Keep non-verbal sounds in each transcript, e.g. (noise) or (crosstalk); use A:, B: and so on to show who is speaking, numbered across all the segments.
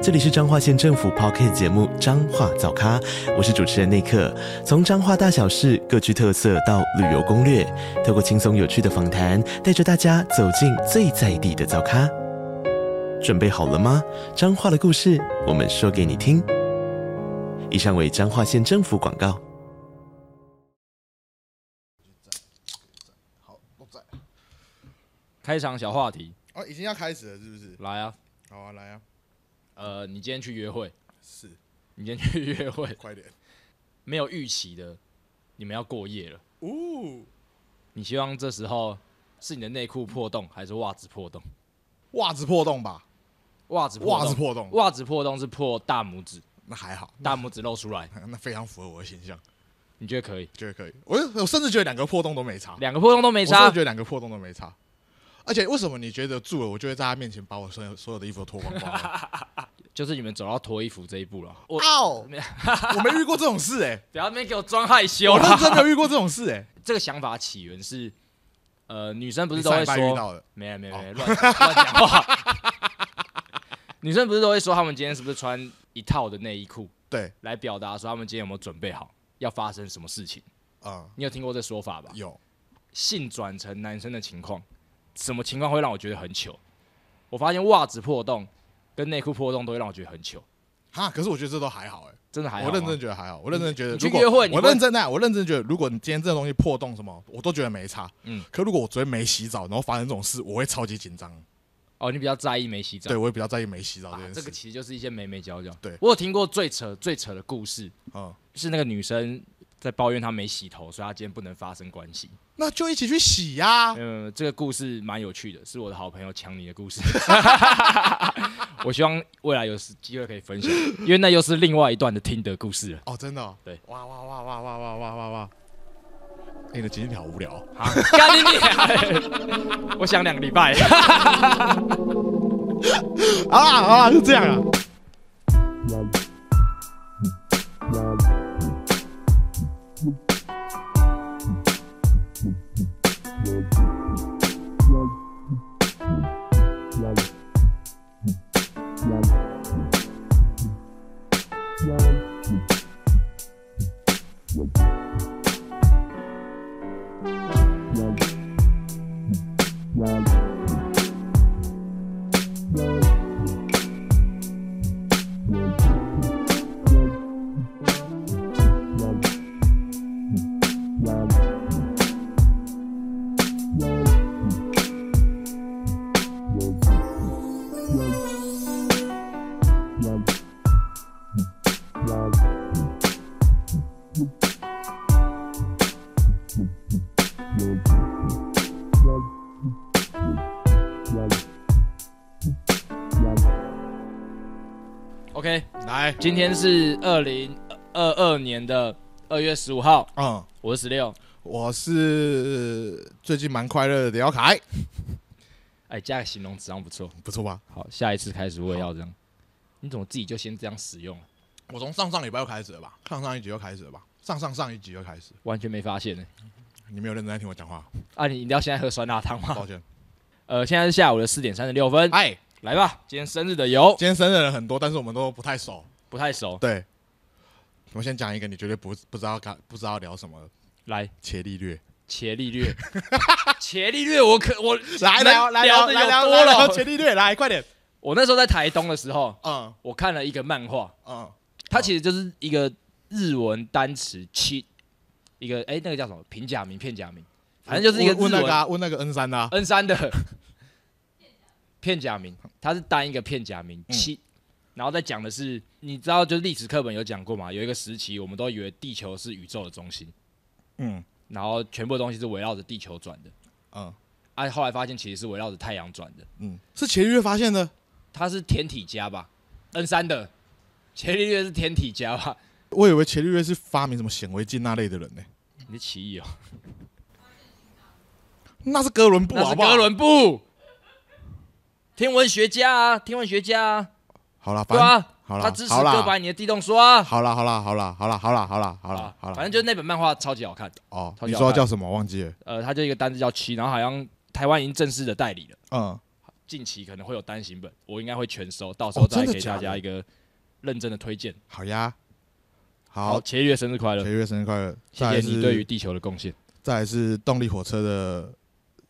A: 这里是彰化县政府 p o c k t 节目《彰化早咖》，我是主持人内克。从彰化大小事各具特色到旅游攻略，透过轻松有趣的访谈，带着大家走进最在地的早咖。准备好了吗？彰化的故事，我们说给你听。以上为彰化县政府广告。
B: 开场小话题，
C: 哦，已经要开始了，是不是？
B: 来啊，
C: 好啊，来啊，
B: 呃，你今天去约会， (laughs)
C: 是，
B: 你今天去约会， (laughs)
C: 快点。
B: 没有预期的，你们要过夜了，
C: 呜、
B: 你希望这时候是你的内裤破洞还是袜子破洞？
C: 袜子破洞吧？
B: 袜子
C: 袜子
B: 破
C: 破洞
B: 洞，，袜子破洞是破大
C: (laughs)
B: 拇指，
C: 那还好，
B: 大拇指露出来，
C: 那非常符合我的形象，
B: 你觉得可以？
C: 觉得可以。我我甚至觉得两个破洞都没差，
B: 两个破洞都没
C: 我甚
B: 差
C: 至觉，得两个破洞都没差。而且为什么你觉得住了，我就会在他面前把我所有所有的衣服都脱光光啊？
B: 就是你们走到脱衣服这一步了。 (laughs) 我
C: 哦，我没遇过这种事哎、
B: 不要那边给我装害羞
C: 我认
B: 啦！
C: 真没有遇过这种事哎、
B: 这个想法起源是，呃，女生不
C: 不
B: 是都会
C: 遇
B: 说，
C: 到的？
B: 没有没有没有乱乱讲话。女生不是都会说，她们今天是不是穿一套的内衣裤？
C: 对，
B: 来表达说他们今天有没有准备好要发生什么事情。
C: 嗯，
B: 你有听过这说法吧？
C: 有，
B: 性转成男生的情况，什么情况会让我觉得很糗？我发现袜子破洞跟内裤破洞都会让我觉得很糗，
C: 哈，可是我觉得这都还好哎、
B: 真的还好
C: 我
B: 吗
C: 认真觉得还好，我认真觉得
B: 你去
C: 如果
B: 约会你
C: 我
B: 会
C: 认真的，我认真觉得，如果你今天这个东西破洞什么，我都觉得没差。
B: 嗯
C: 嗯，可如果我昨天没洗澡，然后发生这种事，我会超级紧张。
B: 哦，你比较在意没洗澡。
C: 对，我也比较在意没洗澡这
B: 啊
C: 件，
B: 这个
C: 事。
B: 其实就是一些眉眉角角。
C: 对
B: 我有听过最扯最扯的故事，
C: 嗯，
B: 是那个女生在抱怨她没洗头，所以她今天不能发生关系。
C: 那就一起去洗呀。
B: 嗯，这个故事蛮有趣的，是我的好朋友强尼的故事。 (laughs) 我希望未来有时机会可以分享，因为那又是另外一段的听的故事了。 (laughs)
C: 哦，真的哦。
B: 对
C: 哇哇哇哇哇哇哇哇哇！哎你的今天好无聊哦。
B: 啊，干你娘！我想两个礼拜。
C: 好啦好啦，就这样啊。
B: OK，
C: 来，
B: 今天是二零二二年的二月十五号，
C: 嗯，
B: 我是十六。
C: 我是最近蛮快乐的李耀凯，
B: 哎，加个形容词好像不错。
C: 不错吧？
B: 好，下一次开始我也要这样。你怎么自己就先这样使用了？
C: 我从上上礼拜就开始了吧，上上一集就开始了吧，上上上一集就开始。
B: 完全没发现呢、
C: 你没有认真在听我讲话，
B: 啊，你一定要现在喝酸辣汤吗
C: 抱？歉。
B: 呃，现在是下午的四点三十六分。
C: 哎，
B: 来吧，今天生日的油
C: 今天生日的人很多，但是我们都不太熟。
B: 不太熟，
C: 对，我先讲一个你绝对不不知道该不知道聊什么的
B: 来
C: 伽利略。
B: 茄利略，茄利略，我可我
C: 来聊
B: 聊来
C: 来聊
B: 聊得
C: 来
B: 有
C: 聊
B: 多
C: 来
B: 了
C: 聊伽利略，来快点。
B: 我那时候在台东的时候，
C: 嗯
B: 我看了一个漫画，
C: 嗯，
B: 它其实就是一个日文单词七，一个哎、那个叫什么平假名片假名，反正就是一个
C: 问问
B: 日
C: 那个
B: 文
C: 啊问那个 N 三的啊
B: N 三的片假名，它是单一个片假
C: 嗯
B: 名七。然后再讲的是，你知道，就是历史课本有讲过嘛，有一个时期，我们都以为地球是宇宙的中心，
C: 嗯
B: 然后全部的东西是围绕着地球转的。
C: 嗯
B: 啊，后来发现其实是围绕着太阳转的。
C: 嗯，是伽利略发现的。
B: 他是天体家吧？N 三的伽利略是天体家吧？
C: 我以为伽利略是发明什么显微镜那类的人呢、
B: 你是奇异哦，
C: 那是哥伦布
B: 那
C: 好
B: 是
C: 不好？
B: 哥伦布，天文学家啊，天文学家啊，
C: 好了，反
B: 对
C: 正
B: 啊，
C: 好啦
B: 他支持
C: 好啦
B: 哥白尼的地动说啊，
C: 好了好了好了好了好了好了好了好了，
B: 反正就是那本漫画超级好看，
C: 哦，
B: 超
C: 你
B: 级好
C: 说
B: 看
C: 叫什么？忘记了。
B: 呃，它就一个单字叫七，然后好像台湾已经正式的代理了，
C: 嗯，
B: 近期可能会有单行本，我应该会全收，到时
C: 哦
B: 候再
C: 真的
B: 给
C: 假
B: 大
C: 的
B: 家一个认真的推荐。
C: 好呀，
B: 好，
C: 好，
B: 茄月生日快乐
C: 节！月生日快乐！再
B: 谢
C: 来
B: 谢你对于
C: 是
B: 地球的贡献。
C: 再来是动力火车的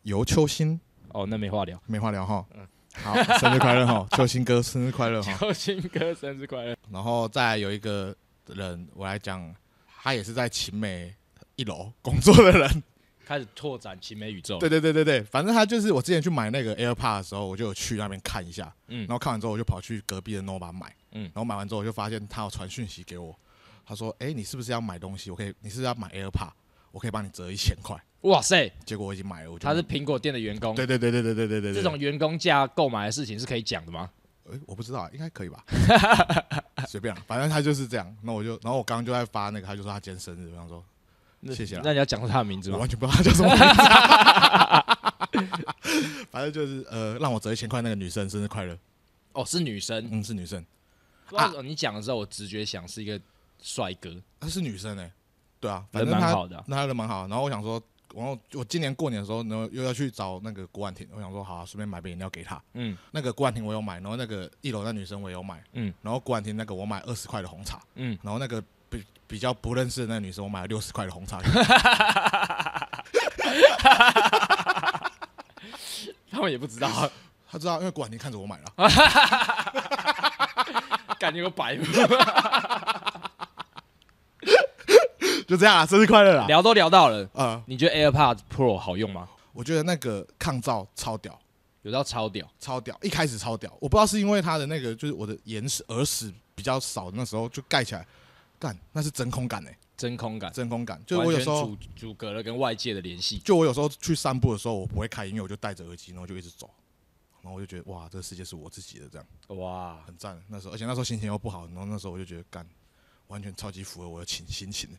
C: 游秋心，
B: 哦，那没话聊。
C: 没话聊哈。
B: 嗯
C: 好，生日快乐
B: (laughs)
C: 哈，秋心哥生日快乐哈。
B: 高兴哥生日快乐！
C: 然后再有一个人，我来讲，他也是在秦美一楼工作的人。
B: 开始拓展奇美宇宙。
C: 对，对对对对，反正他就是我之前去买那个 AirPod 的时候，我就有去那边看一下，
B: 嗯
C: 然，后看完之后我就跑去隔壁的 Nova 买，
B: 嗯
C: 然后买完之后我就发现他有传讯息给我，他说：“哎、你是不是要买东西？我可以，你是不是要买 AirPod？我可以帮你折一千块。
B: 哇塞，”
C: 结果我已经买了，我就
B: 他是苹果店的员工，
C: 对对对对对对对对，
B: 这种员工价购买的事情是可以讲的吗？
C: 哎、我不知道，应该可以
B: (laughs)
C: 吧？随便啦，啊反正他就是这样。那我就，然后我刚刚就在发那个，他就说他今天生日，我想说
B: 那
C: 谢谢啊啦
B: 那你要讲出他的名字
C: 我
B: 吗
C: 完？全不知道他叫什么名字。
B: (laughs)
C: 反正就是呃，让我折一千块那个女生生日快乐，
B: 哦，是女生。
C: 嗯，是女生，啊
B: 哇哦你讲的时候，我直觉想是一个帅哥，
C: 她是女生哎、对啊，反
B: 人
C: 正
B: 蛮
C: 她
B: 好的啊。
C: 那他人蛮好。然后我想说，然后我今年过年的时候，然后又要去找那个郭婉婷，我想说好、啊，顺便买杯饮料给她。
B: 嗯
C: 那个郭婉婷我有买，然后那个一楼那女生我也有买，
B: 嗯
C: 然后郭婉婷那个我买二十块的红茶，
B: 嗯，
C: 然后那个比比较不认识的那个女生我买了六十块的红
B: (laughs)
C: 茶。
B: 他们也不
C: (laughs)
B: 知道，啊
C: 她知道，因为郭婉婷看着我买了。
B: 感觉有白目。
C: 就这样啊，生日快乐啦！
B: (laughs) 聊都聊到了，
C: 呃，
B: 你觉得 AirPods Pro 好用吗？
C: 我觉得那个抗噪超屌。
B: 有到超屌，
C: 超屌，一开始超屌，我不知道是因为它的那个就是我的眼屎耳屎比较少，那时候就盖起来，干那是真空感哎、
B: 真空感，
C: 真空感。就是我有时
B: 完
C: 候，
B: 全阻阻隔了跟外界的联系。
C: 就我有时候去散步的时候，我不会开音乐，我就戴着耳机，然后就一直走，然后我就觉得哇，这个世界是我自己的，这样
B: 哇，
C: 很赞。那时候，而且那时候心情又不好，然后那时候我就觉得干，完全超级符合我的情心情的。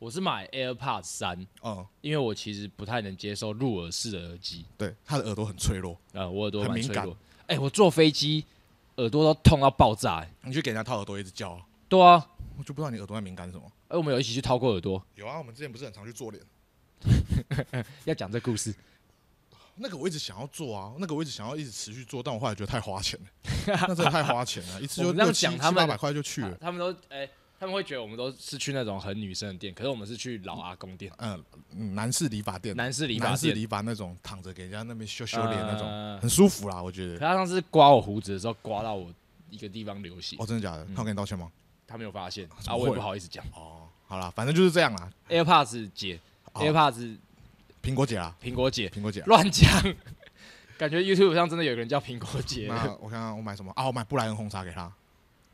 B: 我是买 AirPods 三，
C: 嗯，
B: 因为我其实不太能接受入耳式的耳机，
C: 对，他的耳朵很脆弱，
B: 呃，我耳朵蛮
C: 很敏
B: 脆
C: 感
B: 弱。哎、我坐飞机耳朵都痛到爆炸、哎
C: 你去给人家掏耳朵一直叫、啊，
B: 对啊，
C: 我就不知道你耳朵在敏感什么。
B: 哎、我们有一起去掏过耳朵，
C: 有啊，我们之前不是很常去做脸，
B: 要讲这故事。
C: 那个我一直想要做啊，那个我一直想要一直持续做，但我后来觉得太花钱了，那真的太花钱了，一次
B: (laughs) 我
C: 就
B: 们这样
C: 六七
B: 讲
C: 七
B: 他们
C: 八百块就去
B: 他
C: 了。
B: 他们都哎、他们会觉得我们都是去那种很女生的店，可是我们是去老阿公店，
C: 嗯，嗯男士理发店，
B: 男士理发
C: 男士
B: 店。
C: 理发那种躺着给人家那边修修脸那种，
B: 呃
C: 很舒服啦，我觉
B: 可
C: 得。
B: 他上次刮我胡子的时候，刮到我一个地方流血，
C: 哦，真的假的？他
B: 嗯
C: 有跟你道歉吗？
B: 他没有发现，
C: 怎么
B: 啊，我也
C: 会
B: 不好意思讲。
C: 哦，好啦，反正就是这样啦。
B: AirPods 姐
C: 哦
B: ，AirPods
C: 苹果姐啦，
B: 苹果姐，
C: 苹果姐啊啦。
B: 乱讲， (laughs) 感觉 YouTube 上真的有个人叫苹果姐，
C: 那我看看我买什么啊？我买布莱恩红茶给他，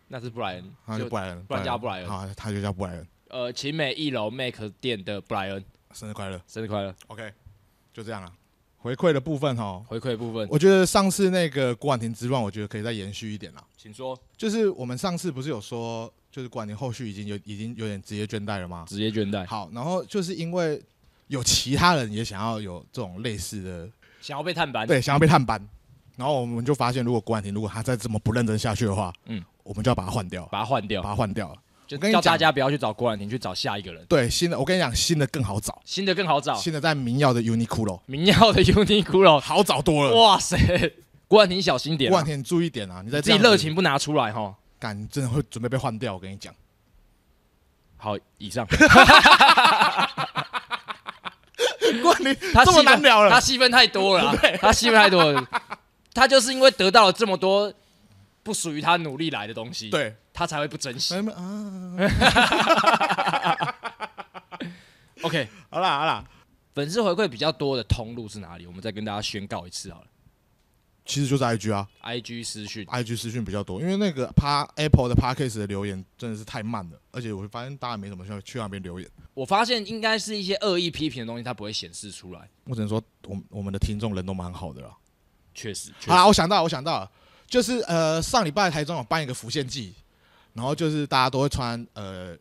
B: 那是布莱恩，
C: 他就布莱恩，
B: 不然叫布莱恩
C: 好，他就叫布莱恩。
B: 呃，奇美一楼 Make 店的布莱恩，
C: 生日快乐
B: 生日快乐！
C: ，OK，就这样啦。回馈的部分哈，
B: 回馈部分，
C: 我觉得上次那个郭婉婷之乱，我觉得可以再延续一点啦。
B: 请说，
C: 就是我们上次不是有说，就是管宁后续已经有已经有点职业倦怠了吗？
B: 职业倦怠，
C: 好，然后就是因为有其他人也想要有这种类似的，
B: 想要被探班，
C: 对，想要被探班，然后我们就发现，如果郭婉婷如果她再这么不认真下去的话，
B: 嗯
C: 嗯，我们就要把她换掉，
B: 把它换
C: 把
B: 掉，
C: 她换掉了。
B: 就
C: 我跟你
B: 叫
C: 讲
B: 大家不要去找郭婉婷，去找下一个人，
C: 对，新的我跟你讲，新的更好找，
B: 新的更好找，
C: 新的在民谣的 Uniqlo
B: 民耀的 (laughs) Uniqlo，
C: 好找多了。
B: 哇塞，郭婉婷小心点
C: 郭
B: 啊
C: 婉，婷注意点啊，你在
B: 自己热情，不拿出来哈。
C: 感真的会准备被换掉。我跟你
B: (laughs)
C: 讲，
B: 好，以上，
C: 郭婉婷 (laughs)
B: 他
C: 这么
B: 戏份
C: 难聊了
B: 他，戏份太
C: (laughs)
B: 多了啊，他戏份太多了，他就是因为得到了这么多不属于他努力来的东西，
C: 对， (laughs)
B: 他才会不珍惜。
C: 没没啊，
B: OK，
C: 好啦好啦，
B: 粉丝回馈比较多的通路是哪里？我们再跟大家宣告一次好了。
C: 其实就是 IG 啊。
B: IG 私讯，
C: IG 私讯比较多，因为那个 Pa Apple 的 Podcast 的留言真的是太慢了，而且我发现大家没怎么去去那边留言。
B: 我发现应该是一些恶意批评的东西，它不会显示出来。
C: 我只能说，我们我们的听众人都蛮好的啦。
B: 确实，确
C: 好
B: 实，
C: 啦，我想到了，我想到了，就是呃上礼拜台中有办一个浮现季，然后就是大家都会穿呃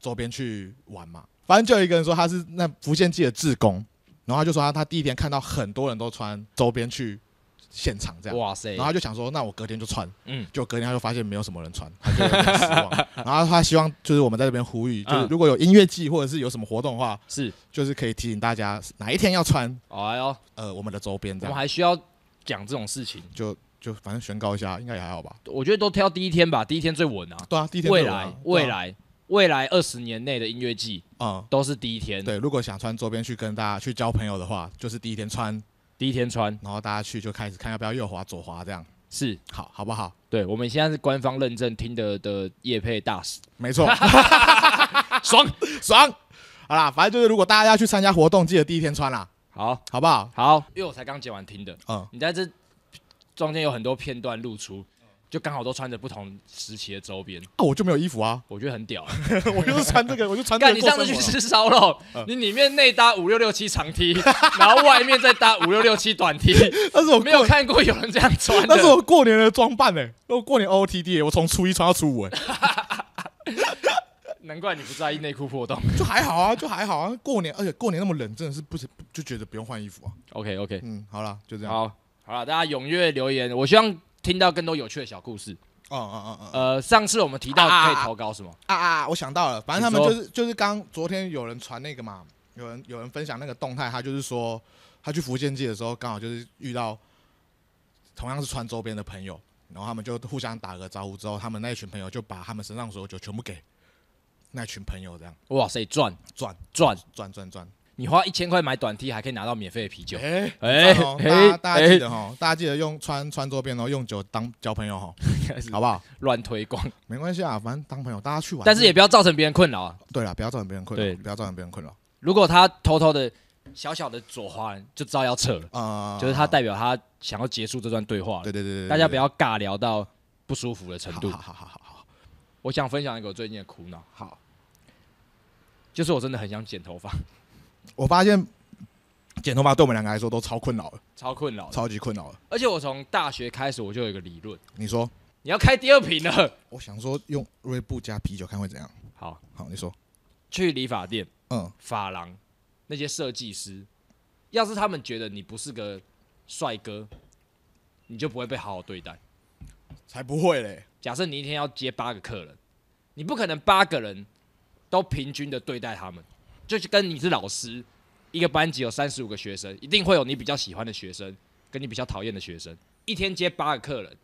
C: 周边去玩嘛，反正就有一个人说他是那浮现季的志工，然后他就说他他第一天看到很多人都穿周边去现场这样，
B: 哇塞
C: 然后，他就想说，那我隔天就穿，
B: 嗯，
C: 就隔天他就发现没有什么人穿，他就有点失
B: (laughs)
C: 望。然后他希望就是我们在这边呼吁，就是
B: 嗯
C: 如果有音乐季或者是有什么活动的话，
B: 是，
C: 就是可以提醒大家哪一天要穿
B: 哎呦，
C: 呃我们的周边这
B: 我们
C: 样，
B: 还需要讲这种事情，
C: 就就反正宣告一下，应该也还好吧。
B: 我觉得都挑第一天吧，第一天最稳啊。
C: 对啊，第一天
B: 未
C: 就有啊
B: 来，未来，未来二十年内的音乐季
C: 对啊
B: 都是第一天
C: 嗯，，对，如果想穿周边去跟大家去交朋友的话，就是第一天穿，
B: 第一天穿
C: 然后大家去就开始看要不要右滑左滑这样，
B: 是
C: 好好不好？
B: 对。我们现在是官方认证听的的业配大使，
C: 没
B: (laughs)
C: 错，
B: 爽。
C: 啊爽。好啦，反正就是如果大家要去参加活动，记得第一天穿啦，啊
B: 好
C: 好不好？
B: 好，因为我才刚剪完听的，
C: 嗯，
B: 你在这中间有很多片段露出，就刚好都穿着不同时期的周边，
C: 啊，我就没有衣服啊， (laughs)
B: 我觉得很屌。
C: 我就是穿这个，我就穿这
B: 干，
C: 个
B: 你
C: 过
B: 上
C: 生活
B: 次去
C: 了。嗯
B: 吃烧肉，你里面内搭五六六七长 T，然后外面再搭五六六七短 T，
C: (laughs) 那 (laughs) 是我
B: 没有
C: 过，
B: 看过有人这样穿
C: (laughs) 那是
B: 的。
C: 我过年的装扮呢、我过年 OOTD，欸、我从初一穿到初五、欸，
B: (laughs) 难怪你不在意内裤破洞。
C: 就还好啊，就还好啊。过年，而且过年那么冷，真的是不是就觉得不用换衣服啊。
B: OK OK，
C: 嗯，好啦，就这样。
B: 好好了，大家踊跃留言，我希望听到更多有趣的小故事。
C: 嗯嗯嗯嗯
B: 呃，上次我们提到
C: 啊
B: 可
C: 啊
B: 以
C: 啊
B: 投稿什么？
C: 啊啊！我想到了，反正他们
B: 你说
C: 就是就是刚昨天有人传那个嘛，有人有人分享那个动态，他就是说他去福建界的时候，刚好就是遇到同样是穿周边的朋友，然后他们就互相打个招呼之后，他们那一群朋友就把他们身上所有酒全部给那群朋友这样
B: 哇塞，赚
C: 赚
B: 赚！
C: 赚赚赚。
B: 你花一千块买短 T，还可以拿到免费的啤酒。
C: 哎
B: 哎
C: 哎，大家
B: 哎
C: 大家记得哦，大家记得用穿穿周边哦，用酒当交朋友
B: (laughs)
C: 哦，好不好？
B: 哎乱推广，
C: 没关系啊，反正当朋友大家去玩。
B: 但是也不要造成别人困扰啊。
C: 对了，不要造成别人困扰
B: 对，
C: 不要造成别人困扰。
B: 如果他偷偷的小小的左滑，就知道要撤了，
C: 啊，
B: 就是他代表他想要结束这段对话了
C: 对。对对对，
B: 大家不
C: 要
B: 要尬聊到不舒服的程度
C: 好。好好好好
B: 我想分享一个我最近的苦恼，
C: 好，
B: 就是我真的很想
C: (laughs)
B: 剪头发，
C: 我发现剪头发对我们两个来说都超困扰了，
B: 超困扰的。
C: 超级困扰了。
B: 而且我从大学开始我就有一个理论，
C: 你说，
B: 你要开第二瓶了。
C: 我想说用锐步加啤酒看会怎样？
B: 好，
C: 好，你说，
B: 去理发店、
C: 嗯
B: 发廊那些设计师，要是他们觉得你不是个帅哥，你就不会被好好对待。
C: 才不会嘞，
B: 假设你一天要接八个客人，你不可能八个人都平均的对待他们，就是跟你是老师，一个班级有三十五个学生，一定会有你比较喜欢的学生，跟你比较讨厌的学生。一天接八个客人，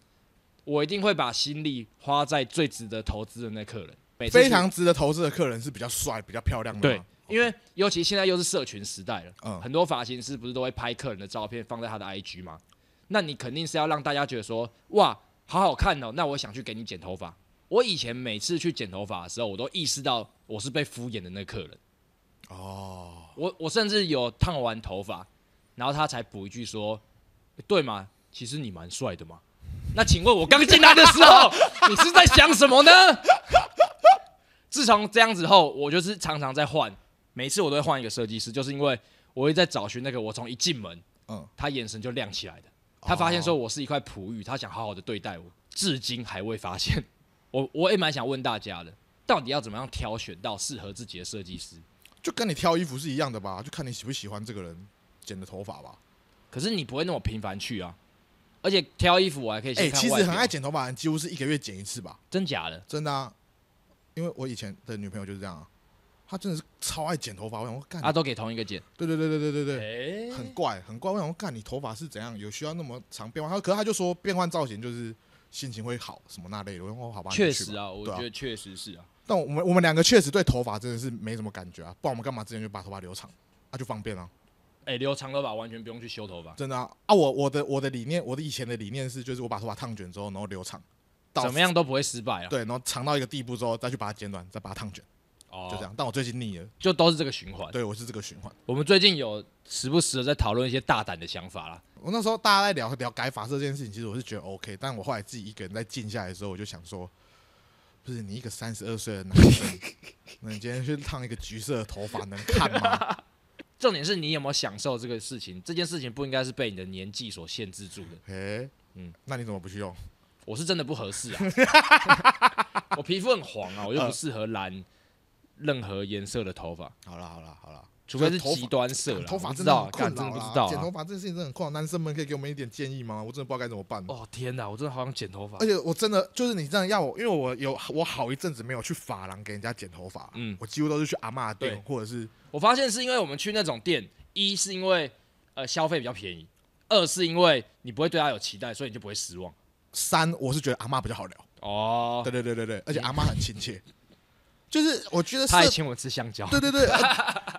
B: 我一定会把心力花在最值得投资的那客人。每次去
C: 非常啊值得投资的客人是比较帅、比较漂亮的。
B: 对，，因为尤其现在又是社群时代了，
C: 嗯
B: 很多发型师不是都会拍客人的照片放在他的 IG 吗？那你肯定是要让大家觉得说，哇，好好看哦，那我想去给你剪头发。我以前每次去剪头发的时候，我都意识到我是被敷衍的那个客人。
C: 哦，
B: 我我甚至有烫完头发，然后他才补一句说：“对嘛，其实你蛮帅的嘛。”那请问我刚进来的时
C: (laughs)
B: 候，你是在想什么呢？自从这样子后，我就是常常在换，每次我都会换一个设计师，就是因为我会在找寻那个我从一进门，
C: 嗯哦
B: 他眼神就亮起来的。他发现说我是一块璞玉，他想好好的对待我，至今还未发现。我 (laughs) 我也蛮想问大家的，到底要怎么样挑选到适合自己的设计师？
C: 就跟你挑衣服是一样的吧，就看你喜不喜欢这个人剪的头发吧。
B: 可是你不会那么频繁去啊，而且挑衣服我还可以
C: 哎、
B: 先看
C: 其
B: 外表、
C: 实很爱剪头发的人，几乎是一个月剪一次吧，
B: 真假的？
C: 真的啊。因为我以前的女朋友就是这样啊，她真的是超爱剪头发，我想说干，
B: 啊，都给同一个剪。
C: 对对对对对对对，
B: 哎
C: 很怪，很怪。我想说，干你头发是怎样？有需要那么长变换？他可是他就说变换造型就是心情会好什么那类的。我说哦，好吧，
B: 确
C: 你去吧
B: 实啊，我
C: 对
B: 觉
C: 啊。
B: 得确实是啊。
C: 但我们我们两个确实对头发真的是没什么感觉啊，不然我们干嘛之前就把头发留长？啊，就方便啊，
B: 哎、留长头发完全不用去修头发，
C: 真的啊啊！我我的我的理念，我的以前的理念是，就是我把头发烫卷之后，然后留长，到
B: 怎么？样都不会失败啊。
C: 对，然后长到一个地步之后，再去把它剪短，再把它烫卷，
B: 哦
C: 就这，样。但我最近腻了，
B: 就都是这个循环。
C: 对我是这个循环。
B: 我们最近有时不时的在讨论一些大胆的想法啦。
C: 我那时候大家在聊聊改发色这件事情，其实我是觉得 OK，但我后来自己一个人在静下来的时候，我就想说，不是你一个三十二岁的男生，那你今天去烫一个橘色的头发能看
B: (laughs)
C: 吗？
B: 重点是你有没有享受这个事情？这件事情不应该是被你的年纪所限制住的。
C: 哎、
B: 嗯
C: 嗯，那你怎么不去用？
B: 我是真的不合
C: (laughs)
B: 适啊，我皮肤很黄啊，我又不适合染任何颜色的头发。
C: 好啦好啦好啦，
B: 除非是极端色啦
C: 呃头发
B: 我不
C: 真
B: 知
C: 的
B: 道
C: 很，困
B: 干真
C: 扰
B: 的不
C: 啦
B: 知道
C: 剪
B: 啊
C: 头。发这件事情真的很困扰，男生们可以给我们一点建议吗？我真的不知道该怎么办。
B: 哦天哪，我真的好想剪头发
C: 而。且我真的就是你这样要我，因为我有我好一阵子没有去发廊给人家剪头发，
B: 嗯
C: 我几乎都是去阿嬷的店
B: 对
C: 或者是
B: 我发现是因为我们去那种店，一是因为呃消费比较便宜，二是因为你不会对他有期待，所以你就不会失望。
C: 三，我是觉得阿嬷比较好聊。
B: 哦，
C: 对对对对对，而且阿嬷很亲切，就是我觉得
B: 他还
C: 设
B: 请我吃香蕉，
C: 对对对，呃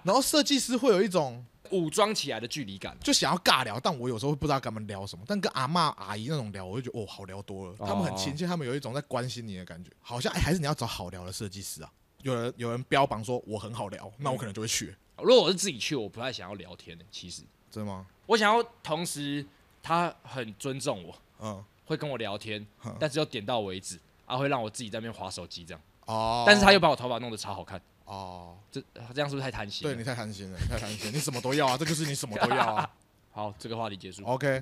C: 然后设计师会有一种
B: 武装起来的距离感。
C: 就想要尬聊，但我有时候会不知道跟他们聊什么，但跟阿嬷阿姨那种聊，我就觉得哦好聊多了，他们很亲切，他们有一种在关心你的感觉，好像、哎还是你要找好聊的设计师啊。有人有人标榜说我很好
B: 嗯
C: 聊，那我可能就会去，
B: 如果我是自己去，我不太想要聊天的。欸其实
C: 真的吗？
B: 我想要同时他很尊重我，
C: 嗯，
B: 会跟我聊天
C: 哼，
B: 但是又点到为止，啊会让我自己在那边划手机这样。
C: 哦，
B: 但是他又把我头发弄得超好看，
C: 哦，
B: 这这样是不是太贪心？
C: 对你，太贪心了，你太贪心了，你什么都要啊，这就是你什么都要
B: (laughs)
C: 啊。
B: 好，这个话题结束。
C: OK，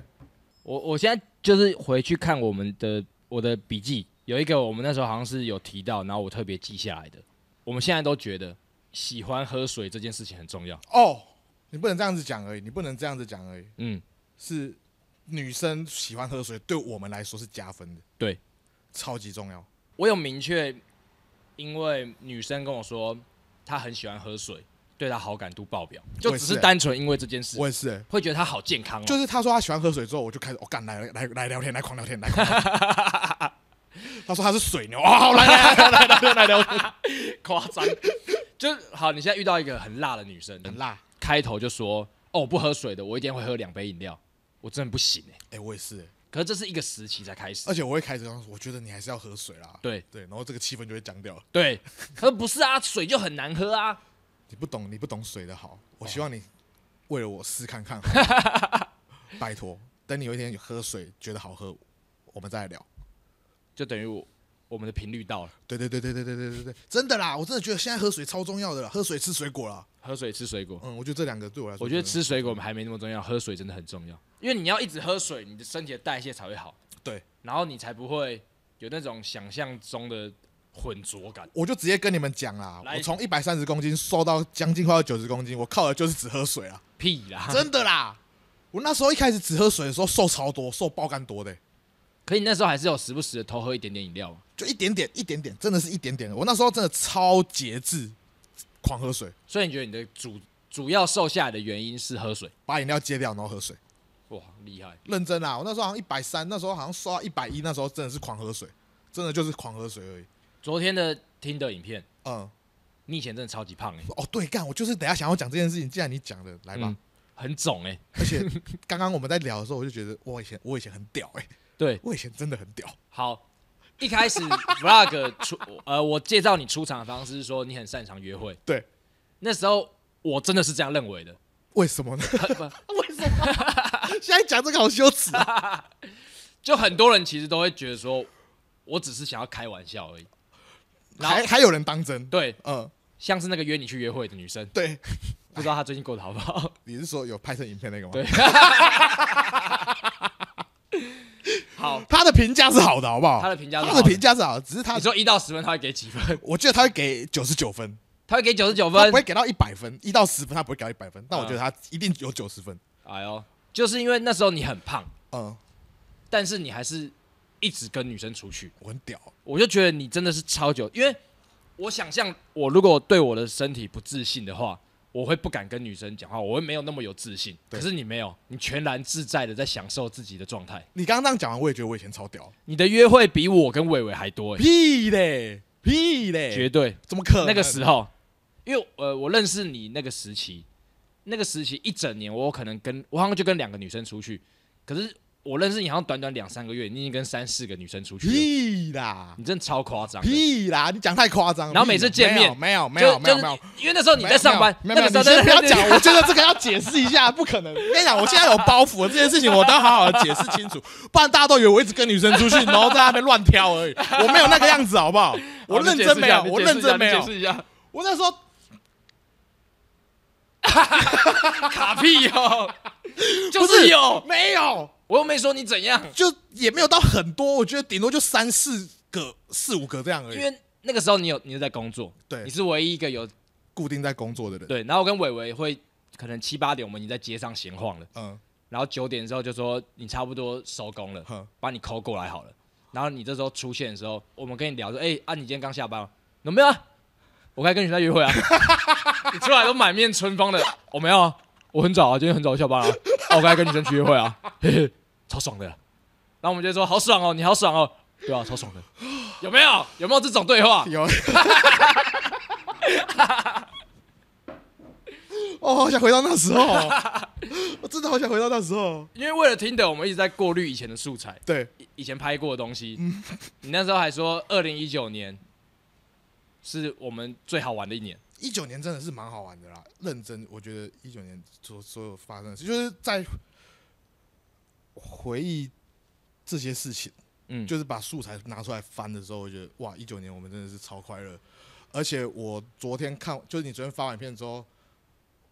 B: 我我现在就是回去看我们的我的笔记，有一个我们那时候好像是有提到，然后我特别记下来的。我们现在都觉得喜欢喝水这件事情很重要。
C: 哦，你不能这样子讲而已，你不能这样子讲而已，
B: 嗯，
C: 是女生喜欢喝水，对我们来说是加分的，
B: 对，
C: 超级重要。
B: 我有明确，因为女生跟我说她很喜欢喝水，对她好感度爆表，就
C: 我也
B: 只
C: 是
B: 是
C: 欸
B: 单纯因为这件事，
C: 我也是、欸，
B: 会觉得她好健康哦。
C: 就是他说他喜欢喝水之后，我就开始我干、来来来聊天，来狂聊天， (laughs) 来狂聊天。他说他是水牛，哦，好来来来来来来来聊天，
B: 夸张。就是好，你现在遇到一个很辣的女生，
C: 很辣。
B: 开头就说：“哦，我不喝水的，我一天会喝两杯饮料。”我真的不行哎、
C: 哎、我也是、欸，
B: 可是这是一个时期才开始
C: 而，且我会开始跟他说，我觉得你还是要喝水啦。
B: 对
C: 对，然后这个气氛就会僵掉了。
B: 对。可是不是啊，水就很难喝啊。
C: 你不懂，你不懂水的好。我希望你为了我试看看好吗，拜托。等你有一天有喝水觉得好喝，我们再来聊。
B: 就等于我我们的频率到了，
C: 对对对对对对对对对，真的啦！我真的觉得现在喝水超重要的啦，喝水吃水果啦。
B: 喝水吃水果。
C: 嗯，我觉得这两个对我来说
B: 我
C: 真
B: 觉
C: 的，
B: 得吃水果还没那么重要，喝水真的很重要，因为你要一直喝水，你的身体的代谢才会好，
C: 对，
B: 然后你才不会有那种想象中的混浊感。
C: 我就直接跟你们讲啦，
B: 来
C: 我从一百三十公斤瘦到将近快要九十公斤，我靠的就是只喝水啊，
B: 屁啦！
C: 真的啦！我那时候一开始只喝水的时候瘦超多，瘦爆干多的欸、
B: (laughs) 可你那时候还是有时不时的偷喝一点点饮料嘛，
C: 就一点点一点点，真的是一点点的。我那时候真的超节制，狂喝水，
B: 所以你觉得你的主主要瘦下来的原因是喝水？
C: 把饮料戒掉，然后喝水。
B: 哇，厉害！
C: 认真啦，我那时候好像一百三，那时候好像刷一百一，那时候真的是狂喝水，真的就是狂喝水而已。
B: 昨天的听的影片，
C: 嗯，
B: 你以前真的超级胖哎、
C: 哦对，干，我就是等一下想要讲这件事情，既然你讲了，来吧。
B: 嗯很肿哎、
C: (laughs) 而且刚刚我们在聊的时候，我就觉得我以前我以前很屌哎、
B: 对，
C: 我以前真的很屌。
B: 好，一开始 vlog 出呃，我介绍你出场的方式是说你很擅长约会，
C: 对，
B: 那时候我真的是这样认为的。
C: (laughs) 为什
B: (laughs)
C: 么呢？
B: 很不
C: (laughs) 为什么？现在讲这个好羞耻、啊。
B: 就很多人其实都会觉得说，我只是想要开玩笑而已。然后
C: 还还有人当真？
B: 对，
C: 嗯，
B: 像是那个约你去约会的女生，
C: 对，
B: 不知道她最近过得好不
C: (laughs)
B: 好？
C: 你是说有拍成影片那个吗？ (laughs)
B: 对，好，
C: (laughs) 他的评价是好的，好不好？
B: 她的评价是
C: 他
B: 好
C: 的
B: 的
C: 评价是好的，只是他
B: 你，说一到十分，她会给几分？ (laughs)
C: 我记得他会给九十九分，
B: 她会给九十九
C: 他
B: 分
C: 不。会给到一百分，一到十分他不会给到一百分，但
B: 嗯
C: 我觉得他一定有九十分。
B: 哎呦，就是因为那时候你很胖，
C: 嗯，
B: 但是你还是一直跟女生出去，
C: 我很屌，
B: 我就觉得你真的是超久，因为我想象我如果对我的身体不自信的话，我会不敢跟女生讲话，我会没有那么有自信。
C: 对
B: 可是你没有，你全然自在的在享受自己的状态。
C: 你刚刚这样讲完，我也觉得我以前超屌。
B: 你的约会比我跟伟伟还多、欸，
C: 屁嘞，屁嘞，
B: 绝对。
C: 怎么可
B: (laughs)
C: 能？
B: 那个时候，因为呃，我认识你那个时期，那个时期一整年，我可能跟我好像就跟两个女生出去，可是我认识你好像短短两三个月，你已经跟三四个女生出去了，
C: 屁啦，
B: 你真的超夸张的。
C: 屁啦，你讲太夸张了。
B: 然后每次见面
C: 没有没
B: 就
C: 有没有没有
B: 就
C: 没
B: 是
C: 有，
B: 因为那时候你在上班，
C: 没有
B: 那
C: 没
B: 个
C: 有，
B: 时候
C: 你
B: 在
C: 先不要讲，
B: (laughs)
C: 我
B: 就
C: 觉得这个要解释一下， (laughs) 不可能。我跟你讲，我现在有包袱，这件事情我都要好好地解释清楚， (laughs) 不然大家都以为我一直跟女生出去，然后在那边乱挑而已。我没有那个样子，好不好？我认真没
B: (laughs)
C: 有，我认真没有
B: 解。释一下，
C: 我那时候
B: 卡
C: (laughs)
B: 屁 (laughs) 哦，就
C: 不
B: 是有，
C: 没有，
B: 我又没说你怎样，
C: 就也没有到很多，我觉得顶多就三四个、四五个这样而
B: 因
C: 已。
B: 为那个时候你有你是在工作，
C: 对
B: 你是唯一一个有
C: 固定在工作的人，
B: 对，然后我跟伟伟会可能七八点我们已经在街上闲晃了，
C: 嗯，
B: 然后九点之后就说你差不多收工了，
C: 哼，
B: 把你扣过来好了。然后你这时候出现的时候，我们跟你聊说，哎、啊，你今天刚下班哦，有没有啊？我刚才跟你在约会啊， (laughs) 你出来都满面春风的，我、没有啊，我很早啊，今天很早就下班啊，啊我刚才跟女生去约会啊，嘿嘿，超爽的。然后我们就说好爽哦，你好爽哦，对啊，超爽的，有没有？有没有这种对话？
C: 有。哦，好想回到那时候哦， (laughs) 我真的好想回到那时候。哦
B: 因为为了听的，我们一直在过滤以前的素材，
C: 对，
B: 以以前拍过的东西。你那时候还说，二零一九年是我们最好玩的一年。
C: 一九年真的是蛮好玩的啦，认真，我觉得一九年所所有发生的事，就是在回忆这些事情，
B: 嗯，
C: 就是把素材拿出来翻的时候，我觉得哇，一九年我们真的是超快乐。而且我昨天看，就是你昨天发完影片之后，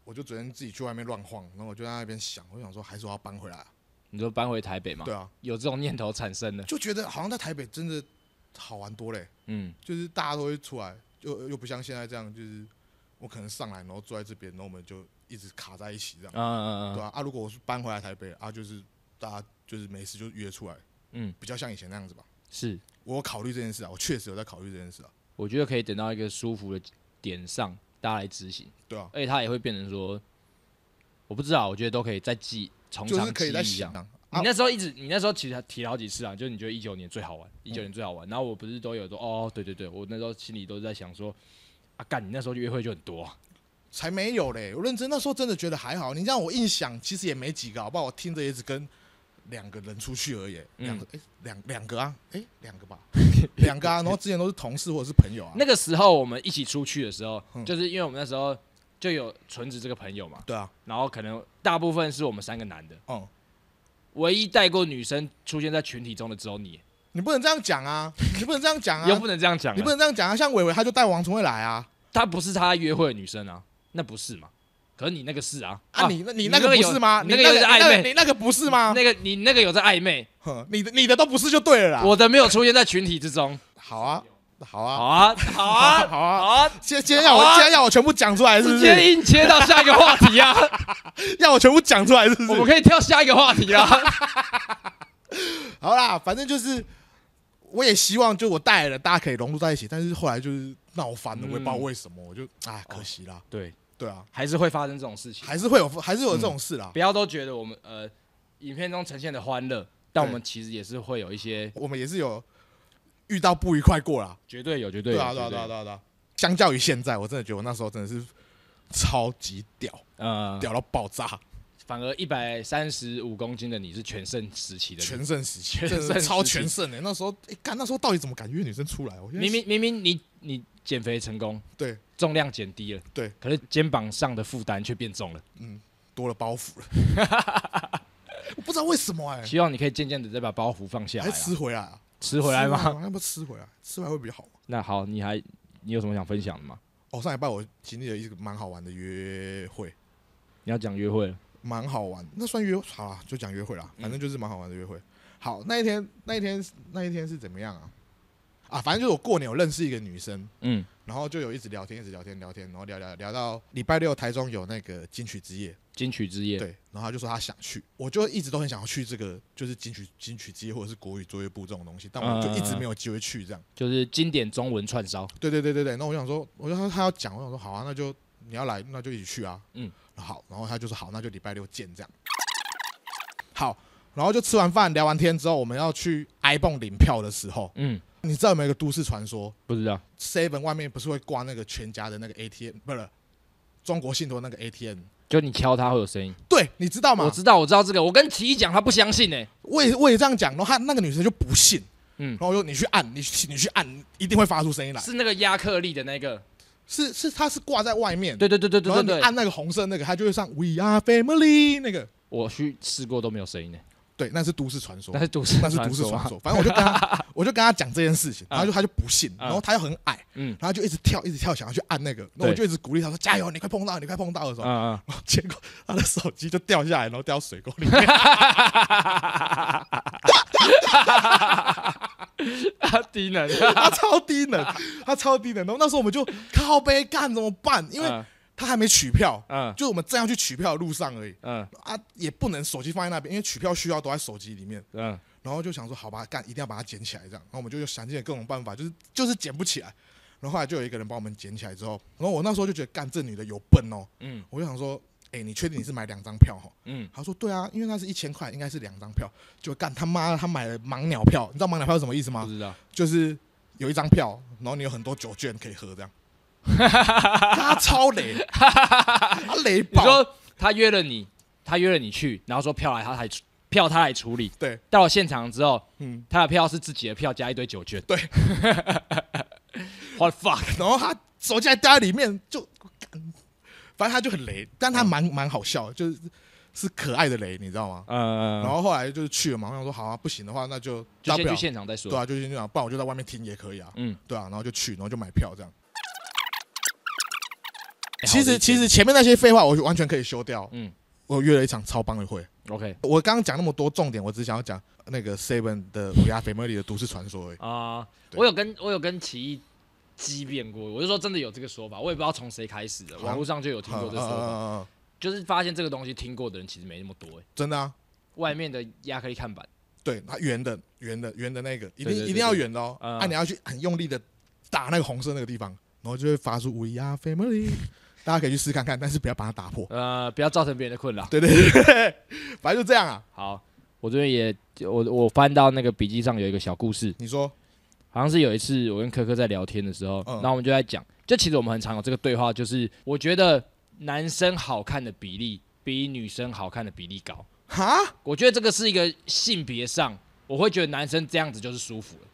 C: 我就昨天自己去外面乱晃，然后我就在那边想，我想说还是我要搬回来啊、
B: 你就搬回台北嘛？
C: 对，啊，
B: 有这种念头产生的。
C: 就觉得好像在台北真的好玩多嘞、
B: 嗯，
C: 就是大家都会出来，又又不像现在这样，就是我可能上来，然后坐在这边，然后我们就一直卡在一起这样，
B: 嗯嗯
C: 对
B: 嗯
C: 啊，啊，如果我是搬回来台北啊，就是大家就是没事就约出来，
B: 嗯，
C: 比较像以前那样子吧。
B: 是，
C: 我有考虑这件事啊，我确实有在考虑这件事啊，
B: 我觉得可以等到一个舒服的点上，大家来执行，
C: 对啊，
B: 而且它也会变成说，我不知道，我觉得都可以再记，从
C: 就
B: 长
C: 是可
B: 计
C: 以在
B: 议一
C: 想
B: 样。
C: 啊，
B: 你
C: 啊
B: 那时候一直，你那时候其实提了好几次啊，就是你觉得一九年最好玩，一九年最好玩。然后我不是都有说，哦，对对对，我那时候心里都是在想说，啊，干，你那时候约会就很多啊、
C: 才没有嘞。我认真那时候真的觉得还好，你让我印象其实也没几个，好不好？我听着也只跟两个人出去而已，
B: 嗯
C: 两个哎两两个啊，哎两个
B: (laughs)
C: 吧，两个啊，然后之前都是同事或者是朋友啊，
B: 那个时候我们一起出去的时候，
C: 嗯
B: 就是因为我们那时候就有纯子这个朋友嘛，
C: 对啊，
B: 然后可能大部分是我们三个男的，
C: 嗯，
B: 唯一带过女生出现在群体中的只有你，
C: 你不能这样讲
B: (laughs)
C: 啊！你不能这样讲
B: 又
C: 啊！
B: 不能这样讲啊，
C: 你不能这样讲啊！像伟伟他就带王崇慧来啊！
B: 她不是她约会的女生啊，那不是嘛？可是你那个是啊，
C: 啊，你那你那
B: 个
C: 个
B: 有
C: 不是吗？
B: 你
C: 你
B: 那个有
C: 你
B: 点
C: 那
B: 暧
C: 个
B: 昧，
C: 你那个不是吗？
B: 那个你啊那个有在暧昧，
C: 哼你的你的都不是就对了啦。
B: 我的没有出现在群体之中。
C: 好啊，好啊，
B: 好啊，好啊，
C: 好
B: (laughs) 好
C: 啊！
B: 啊，
C: 今今天要我
B: 好啊
C: 今天要我全部讲出来，是不
B: 直接
C: 是？
B: 硬切到下一个话题 (laughs) 啊，
C: 要我全部讲出来，是不
B: 我们
C: 是？
B: 可以跳下一个话题啊。
C: 好啦，反正就是，我也希望就我带来了，大家可以融入在一起。但是后来就是闹翻了，我也不知道
B: 嗯哦
C: 为什么，我就啊，可惜啦。
B: (laughs) 对，
C: 对啊，
B: 还是会发生这种事情，
C: 还是会有还是有这种事啦
B: 不。要都觉得我们呃影片中呈现的欢乐，但我
C: 对
B: 们其实也是会有一些
C: 我们也是有遇到不愉快过啦。
B: 绝对有，绝对有，
C: 对啊，对啊，
B: 绝
C: 对啊，
B: 有
C: 对啊，对啊。相较于现在，我真的觉得我那时候真的是超级屌，
B: 呃，
C: 屌到爆炸，
B: 反而一百三十五公斤的你是全盛时期的你，
C: 全盛时期，
B: 全盛
C: 真
B: 时期
C: 的是超全盛的。那时候，哎，干那时候到底怎么敢约女生出来？我现在
B: 明明明明你你减肥成功，
C: 对
B: 重量减低了，
C: 对，
B: 可是肩膀上的负担却变重了。
C: 多了包袱了，
B: (laughs)
C: 我不知道为什么哎，
B: 希望你可以渐渐的再把包袱放下来
C: 还
B: 啊，
C: 吃回来啊？
B: 吃回来吗？
C: 要不吃回来？吃回来会比较好吗。
B: (laughs) 那好，你还你有什么想分享的吗？
C: 哦，上礼拜我经历了一个蛮好玩的约会，
B: 你要讲约会了，
C: 蛮好玩，那算约好啦，就讲约会啦，反正就是蛮好玩的约会。好，那一天那一天那一天是怎么样啊？啊，反正就是我过年有认识一个女生，
B: 嗯
C: 然后就有一直聊天，一直聊天，聊天，然后聊聊聊到礼拜六台中有那个金曲之夜，
B: 金曲之夜，
C: 对，然后他就说他想去，我就一直都很想要去这个就是金曲金曲之夜或者是国语作业部这种东西，但我就一直没有机会去这样。
B: 就是经典中文串烧，
C: 对对对对对，那我想说，我就他他要讲，我想说好啊，那就你要来，那就一起去啊。
B: 嗯，
C: 好，然后他就说好，那就礼拜六见这样。好，然后就吃完饭聊完天之后，我们要去 iPhone 领票的时候，
B: 嗯，
C: 你知道有没有一个都市传说？
B: 不知道，
C: Seven 外面不是会挂那个全家的那个 ATM，不是中国信托那个 ATM？
B: 就你敲它会有声音，
C: 对，你知道
B: 我
C: 吗？
B: 知道，我知道这个，我跟奇艺讲，他不相信呢、
C: 我也我也这样讲，然后他那个女生就不信，
B: 嗯
C: 然后我说你去按，你去你去按，一定会发出声音来。
B: 是那个亚克力的那个，
C: 是是，它是挂在外面，
B: 对对对对
C: 然后
B: 对
C: 你
B: 对对，
C: 按那个红色那个，它就会上 We Are Family 那个，
B: 我去试过都没有声音呢、
C: 对，那是都市传说
B: 但。是都市
C: 那是都市传，说，反正我就跟他， (laughs) 我就跟他讲这件事情，然后就他就不信，
B: 啊
C: 然后他又很矮，
B: 嗯
C: 然后就一直跳，一直跳，想要去按那个，那
B: 对
C: 我就一直鼓励他说加油，你快碰到，你快碰到的时候，
B: 嗯嗯，
C: 然后 (laughs) 结果他的手机就掉下来，然后掉到水沟里面。
B: 他低能，
C: (laughs) 他超低能，他超低能。然后那时候我们就靠背干怎么办？因为
B: 嗯
C: 他还没取票，
B: 嗯
C: 就我们正要去取票的路上而已
B: 嗯
C: 啊，也不能手机放在那边，因为取票需要都在手机里面。
B: 嗯，
C: 然后就想说，好吧，干一定要把它捡起来，这样。然后我们就想尽了各种办法，就是就是捡不起来。然后后来就有一个人帮我们捡起来之后，然后我那时候就觉得，干这女的有笨哦。
B: 嗯
C: 我就想说，哎、你确定你是买两张票哦？
B: 嗯，
C: 他说对啊，因为那是一千块，应该是两张票。就干他妈的，他买了盲鸟票，你知道盲鸟票是什么意思
B: 不
C: 吗？
B: 知道，
C: 就是有一张票，然后你有很多酒券可以喝，
B: (laughs)
C: 这样。他超雷，他雷
B: 你
C: 爆。
B: 说他约了你，他约了你去，然后说票来他才票他来处理，
C: 对，
B: 到了现场之后，
C: 嗯，
B: 他的票是自己的票加一堆酒券，
C: 对
B: ，what the fuck，
C: 然后他手机还掉在里面，就干反正他就很雷，但他蛮蛮好笑的，就是是可爱的雷，你知道吗？
B: 嗯，
C: 然后后来就是去了嘛，我想说好啊，不行的话那就
B: 就
C: 大不
B: 先
C: 了
B: 去现场再说，
C: 对啊，就先这样，不然我就在外面听也可以啊，
B: 嗯，
C: 对啊，然后就去，然后就买票这样。
B: 哎
C: 其
B: 好
C: 实
B: 理解
C: 其实前面那些废话我完全可以修掉，
B: 嗯
C: 嗯，我约了一场超棒的会。
B: OK
C: 我刚刚讲那么多重点，我只想要讲那个 Seven 的《乌鸦 Family》的都市传说而已。
B: 啊，
C: 对
B: 我有跟我有跟奇艺激辩过，我就说真的有这个说法，我也不知道从谁开始的，
C: 啊
B: 网络上就有听过这个说
C: 嗯嗯
B: 法，
C: 嗯嗯嗯
B: 就是发现这个东西听过的人其实没那么多，哎
C: 真的啊，
B: 外面的亚克力看板，
C: 对，它圆的，圆的，圆的那个，一定
B: 对对对
C: 一定要圆的哦。
B: 嗯
C: 啊，你要去很用力的打那个红色那个地方，然后就会发出 We are family，大家可以去试看看，但是不要把它打破。
B: 呃，不要造成别人的困扰。
C: 对对对对，反正就这样啊。
B: 好，我这边也我我翻到那个笔记上有一个小故事，
C: 你说，
B: 好像是有一次我跟科科在聊天的时候，
C: 嗯
B: 然后我们就在讲，就其实我们很常有这个对话，就是我觉得男生好看的比例比女生好看的比例高，
C: 哈，
B: 我觉得这个是一个性别上，我会觉得男生这样子就是舒服了。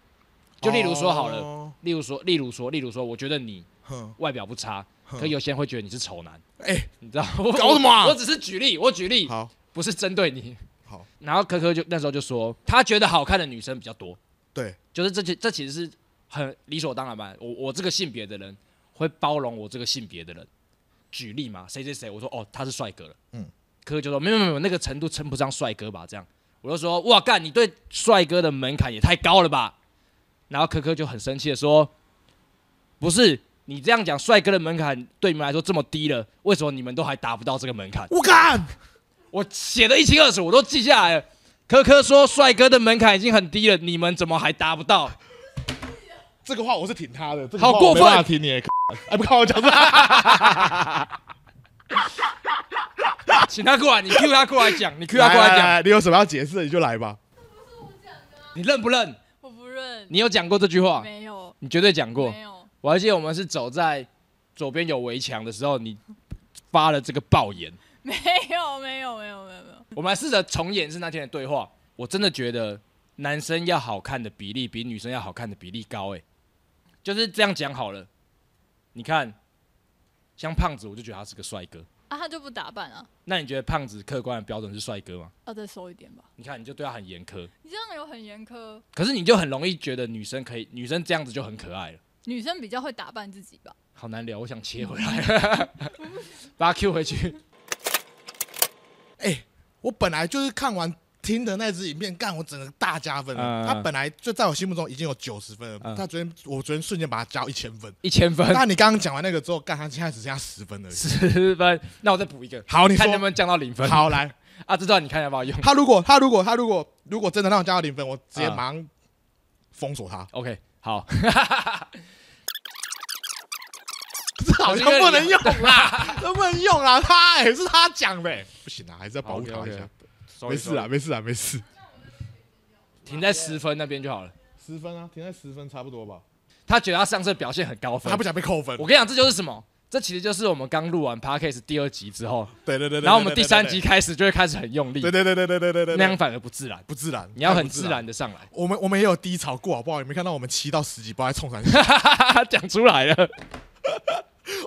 B: 就例如说好了，
C: 了，
B: 例如说，例如说，例如说，我觉得你
C: 哦哼，
B: 外表不差，
C: 哼
B: 可有些人会觉得你是丑男，
C: 哎，
B: 你知道我
C: 搞什么啊
B: 我我只是举例，我举例，
C: 好
B: 不是针对你。
C: 好，
B: 然后科科就那时候就说，他觉得好看的女生比较多，
C: 对，
B: 就是这其这其实是很理所当然吧。我我这个性别的人会包容我这个性别的人。举例嘛，谁谁谁，我说哦他是帅哥了，嗯
C: 嗯，
B: 科科就说没有没有没有那个程度称不上帅哥吧，这样我就说哇干，你对帅哥的门槛也太高了吧。然后科科就很生气的说，不是你这样讲，帅哥的门槛对你们来说这么低了，为什么你们都还达不到这个门槛？
C: 我干，
B: 我写的一清二楚，我都记下来了。科科说帅哥的门槛已经很低了，你们怎么还达不到？
C: 这个话我是挺他的，这个
B: 好
C: 话
B: 过
C: 我没办法
B: 分
C: 挺你的， (laughs) 哎，不看我讲什么？
B: 请他过来，你 Q 他过来讲，你 Q 他过来讲，
C: 讲，你有什么要解释的你就来吧。
B: 你认不认？
D: 我不认，
B: 你有讲过这句话？
D: 没有，
B: 你绝对讲过
D: 没。有，
B: 我还记得我们是走在左边有围墙的时候，你发了这个爆言。
D: 没有，没有，没有，没有，没有。
B: 我们来试着重演是那天的对话。我真的觉得男生要好看的比例比女生要好看的比例高、欸，就是这样讲好了。你看，像胖子，我就觉得他是个帅哥。
D: 啊，他就不打扮啊，
B: 那你觉得胖子客观的标准是帅哥吗？
D: 要再瘦一点吧。
B: 你看，你就对他很严苛，
D: 你这样有很严苛，
B: 可是你就很容易觉得女生可以，女生这样子就很可爱了。
D: 女生比较会打扮自己吧？
B: 好难聊，我想切回来， (laughs) 把他 Q 回去。
C: 哎、我本来就是看完听的那支影片，干我整个大加分
B: 嗯
C: 了。他本来就在我心目中已经有九十分了，
B: 嗯
C: 他昨天我昨天瞬间把他加到一千分。
B: 一千分，
C: 那你刚刚讲完那个之后，干他现在只剩下十分而已。
B: 十分，那我再补一个，
C: 好，你
B: 看能
C: 说
B: 不能降到零分。
C: 好来，
B: 啊，这招你看要不要用
C: 他如果他如果他如果如果真的让我加到零分，我直接
B: 嗯
C: 马上封锁他。
B: (laughs) ？OK，好，
C: 这好像不能用
B: (laughs)
C: 啦，这不能用啦，他哎、是他讲的、哎不行啊，还是要保护他一下。没事啊，，没事啊，没事。
B: 停在十分那边就好了。
C: 十分啊，停在十分差不多吧。
B: 他觉得他上次表现很高分
C: 他不，想被扣分
B: 我。跟你讲，这就是什么？这其实就是我们刚录完 podcast 第二集之后，
C: 对对对对。
B: 然后我们第三
C: 对
B: 集。开始就会开始很用力，
C: 对对对对对对对对。
B: 那样反而不自然。
C: 不自然，
B: 你要
C: 太
B: 很
C: 不
B: 自然。的
C: (laughs)
B: 上来。
C: 我们我们也有低潮过，好不好？你没看到我们七到十几包在
B: (laughs)
C: 冲上去
B: 讲出来了。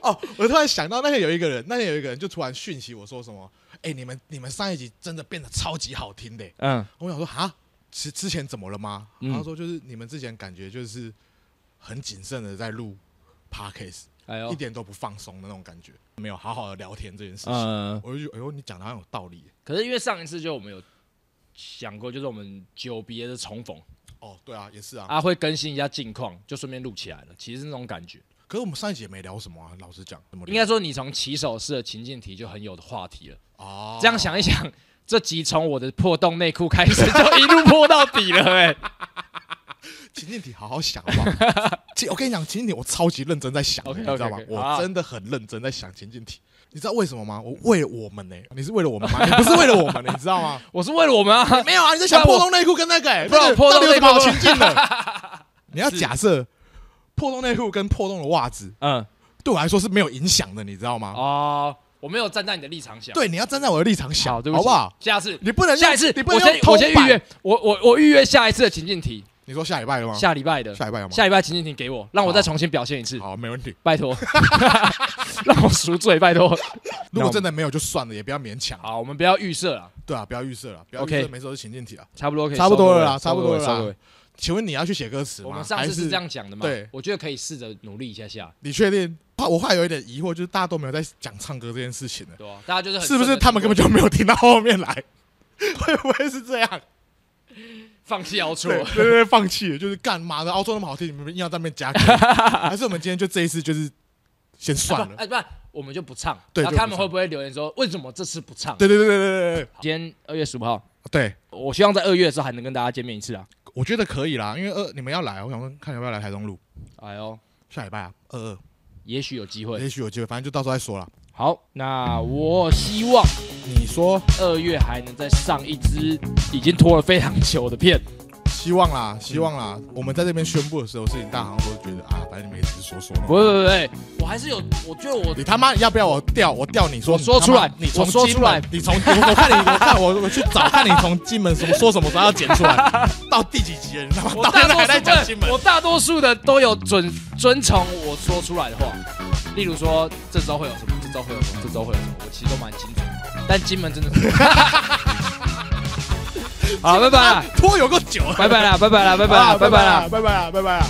C: 哦？我突然想到那天有一个人，那天有一个人就突然讯息我说什么：“哎、你们你们上一集真的变得超级好听的、
B: 嗯，
C: 我想说哈，之之前怎么了吗？
B: 嗯
C: 他说就是你们之前感觉就是很谨慎的在录 podcast，、
B: 哎呦
C: 一，点都不放松的那种感觉，没有好好的聊天这件事情。
B: 嗯，
C: 我就觉得哎呦，你讲的很有道理、
B: 可是因为上一次就我们有想过，就是我们久别的重逢，
C: 哦哦，对啊，也是啊。
B: 啊，会更新一下近况，就顺便录起来了。其实是那种感觉，
C: 可是我们上一集也没聊什么啊，老实讲，怎么聊
B: 应该说你从起手式的情境题就很有的话题了。
C: 哦，
B: 这样想一想，这集从我的破洞内裤开始，就一路破到底了、哎，
C: 情境题好好想好不好？
B: (laughs)
C: 其我跟你讲，情境题我超级认真在想的
B: OK，OK，OK，
C: 你知道吗？
B: 好啊
C: 我真的很认真在想情境题。你知道为什么吗？我为了我们呢、你是为了我们吗？你不是为了我们
B: (laughs)
C: 的，你知道吗？
B: 我是为了我们啊，
C: 没有啊，你在想
B: 不
C: 破
B: 然我
C: 洞内裤跟那个、欸，
B: 不然
C: 那
B: 我
C: 个
B: 破洞
C: 到底有什么好
B: 内裤
C: 情境的？
B: (laughs)
C: 你要假设破洞内裤跟破洞的袜子
B: 嗯，
C: 对我来说是没有影响的，你知道吗？
B: 哦，我没有站在你的立场想，
C: 对，你要站在我的立场想，
B: 好，对不
C: 好
B: 起，
C: 不好？
B: 下次，
C: 你不能
B: 下一次
C: 你，不
B: 我
C: 能
B: 先
C: 用
B: 我先
C: 偷
B: 预
C: 摆
B: 约，我我我预约下一次的情境题，
C: 你说下礼拜了吗？
B: 下礼拜的，
C: 嗯下礼拜了吗？
B: 下礼拜情境题给我，让我再重新表现一次，
C: 好，没问题。
B: 拜托，让我赎罪，拜托。
C: 如果真的没有就算了，也不要勉强。
B: 好，我们不要预设了，
C: 对啊，不要预设了，不要预
B: OK
C: 设，没事都是情境题啊。
B: 差不多可以，
C: 差不多了啦差不多了啦
B: 收尾
C: 请问你要去写歌词吗？
B: 我们上次
C: 还
B: 是
C: 是
B: 这，样讲的嘛？
C: 对
B: 我觉得可以试着努力一下下，
C: 你确定？怕我还有一点疑惑，就是大家都没有在讲唱歌这件事
B: (laughs)
C: 情呢，
B: 对啊，大家就是很
C: 是不是
B: 顺着
C: 他们根本就没有听到后面来？ (laughs) 会不会是这
B: (laughs)
C: 样？
B: 放弃要错？
C: 对对对，放弃了，就是干嘛的？澳洲那么好听，你们硬要在那边
B: (laughs)
C: 加歌，还是我们今天就这一次就是先算
B: 啊 (laughs)
C: 了？
B: 不哎，不然我们就不唱。
C: 对
B: 然
C: 就不
B: 后他
C: 唱
B: 们会不会留言说为什么这次不唱？
C: 对对对对对对对
B: 今天二月十五号，
C: 对，
B: 我希望在二月的时候还能跟大家见面一次啊！
C: 我觉得可以啦，因为二你们要来，我想问看要不要来台中录
B: 哎呦，
C: 下礼拜啊，二
B: 也许有机
C: 二，
B: 会。
C: 也许有机会，反正就到时候再说啦。
B: 好，那我希望
C: 你说
B: 二月还能再上一支已经拖了非常久的片。
C: 希望
B: 嗯
C: 啦，希望啦，我们在这边宣布的时候，事情大家好像都觉得啊，反正你们也只是说说
B: 不
C: 嘛。
B: 不不不，我还是有，我觉得我
C: 你他妈要不要我调？我调你说，
B: 我说出来
C: 你他妈
B: 我
C: 你从
B: 说出来
C: 金门你从我我看你，我看我我去找看你从金门什么说什么时候要剪出
B: (laughs)
C: 来，到第几集了？你他妈
B: 我
C: 到
B: 大
C: 现在
B: 多
C: 还在
B: 数
C: 讲金
B: 的
C: 门
B: 我？大多数的都有准遵从我说出来的话，例如说这周会有什么，这周会有什么，这周会有什么，我其实都蛮清楚的。但金门真的 (laughs) 是，好，拜拜啦，
C: 拖有够久了，
B: 拜拜啦，拜拜啦，拜拜啦，
C: 啊
B: 拜拜啦。，
C: 拜拜啦，拜拜啦。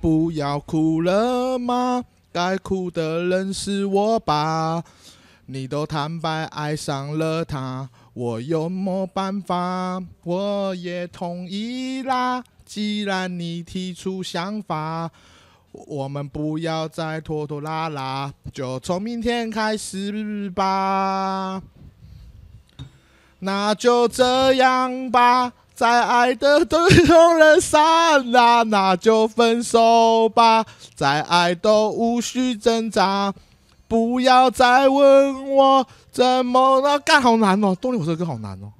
C: 不要哭了吗？该哭的人是我吧？你都坦白爱上了他，我有么办法？我也同意啦。既然你提出想法，我们不要再拖拖拉拉，就从明天开始吧。那就这样吧，在爱的都用了散啦，那就分手吧，再爱都无需挣扎，不要再问我怎么了，干好难哦，动力火车歌好难哦。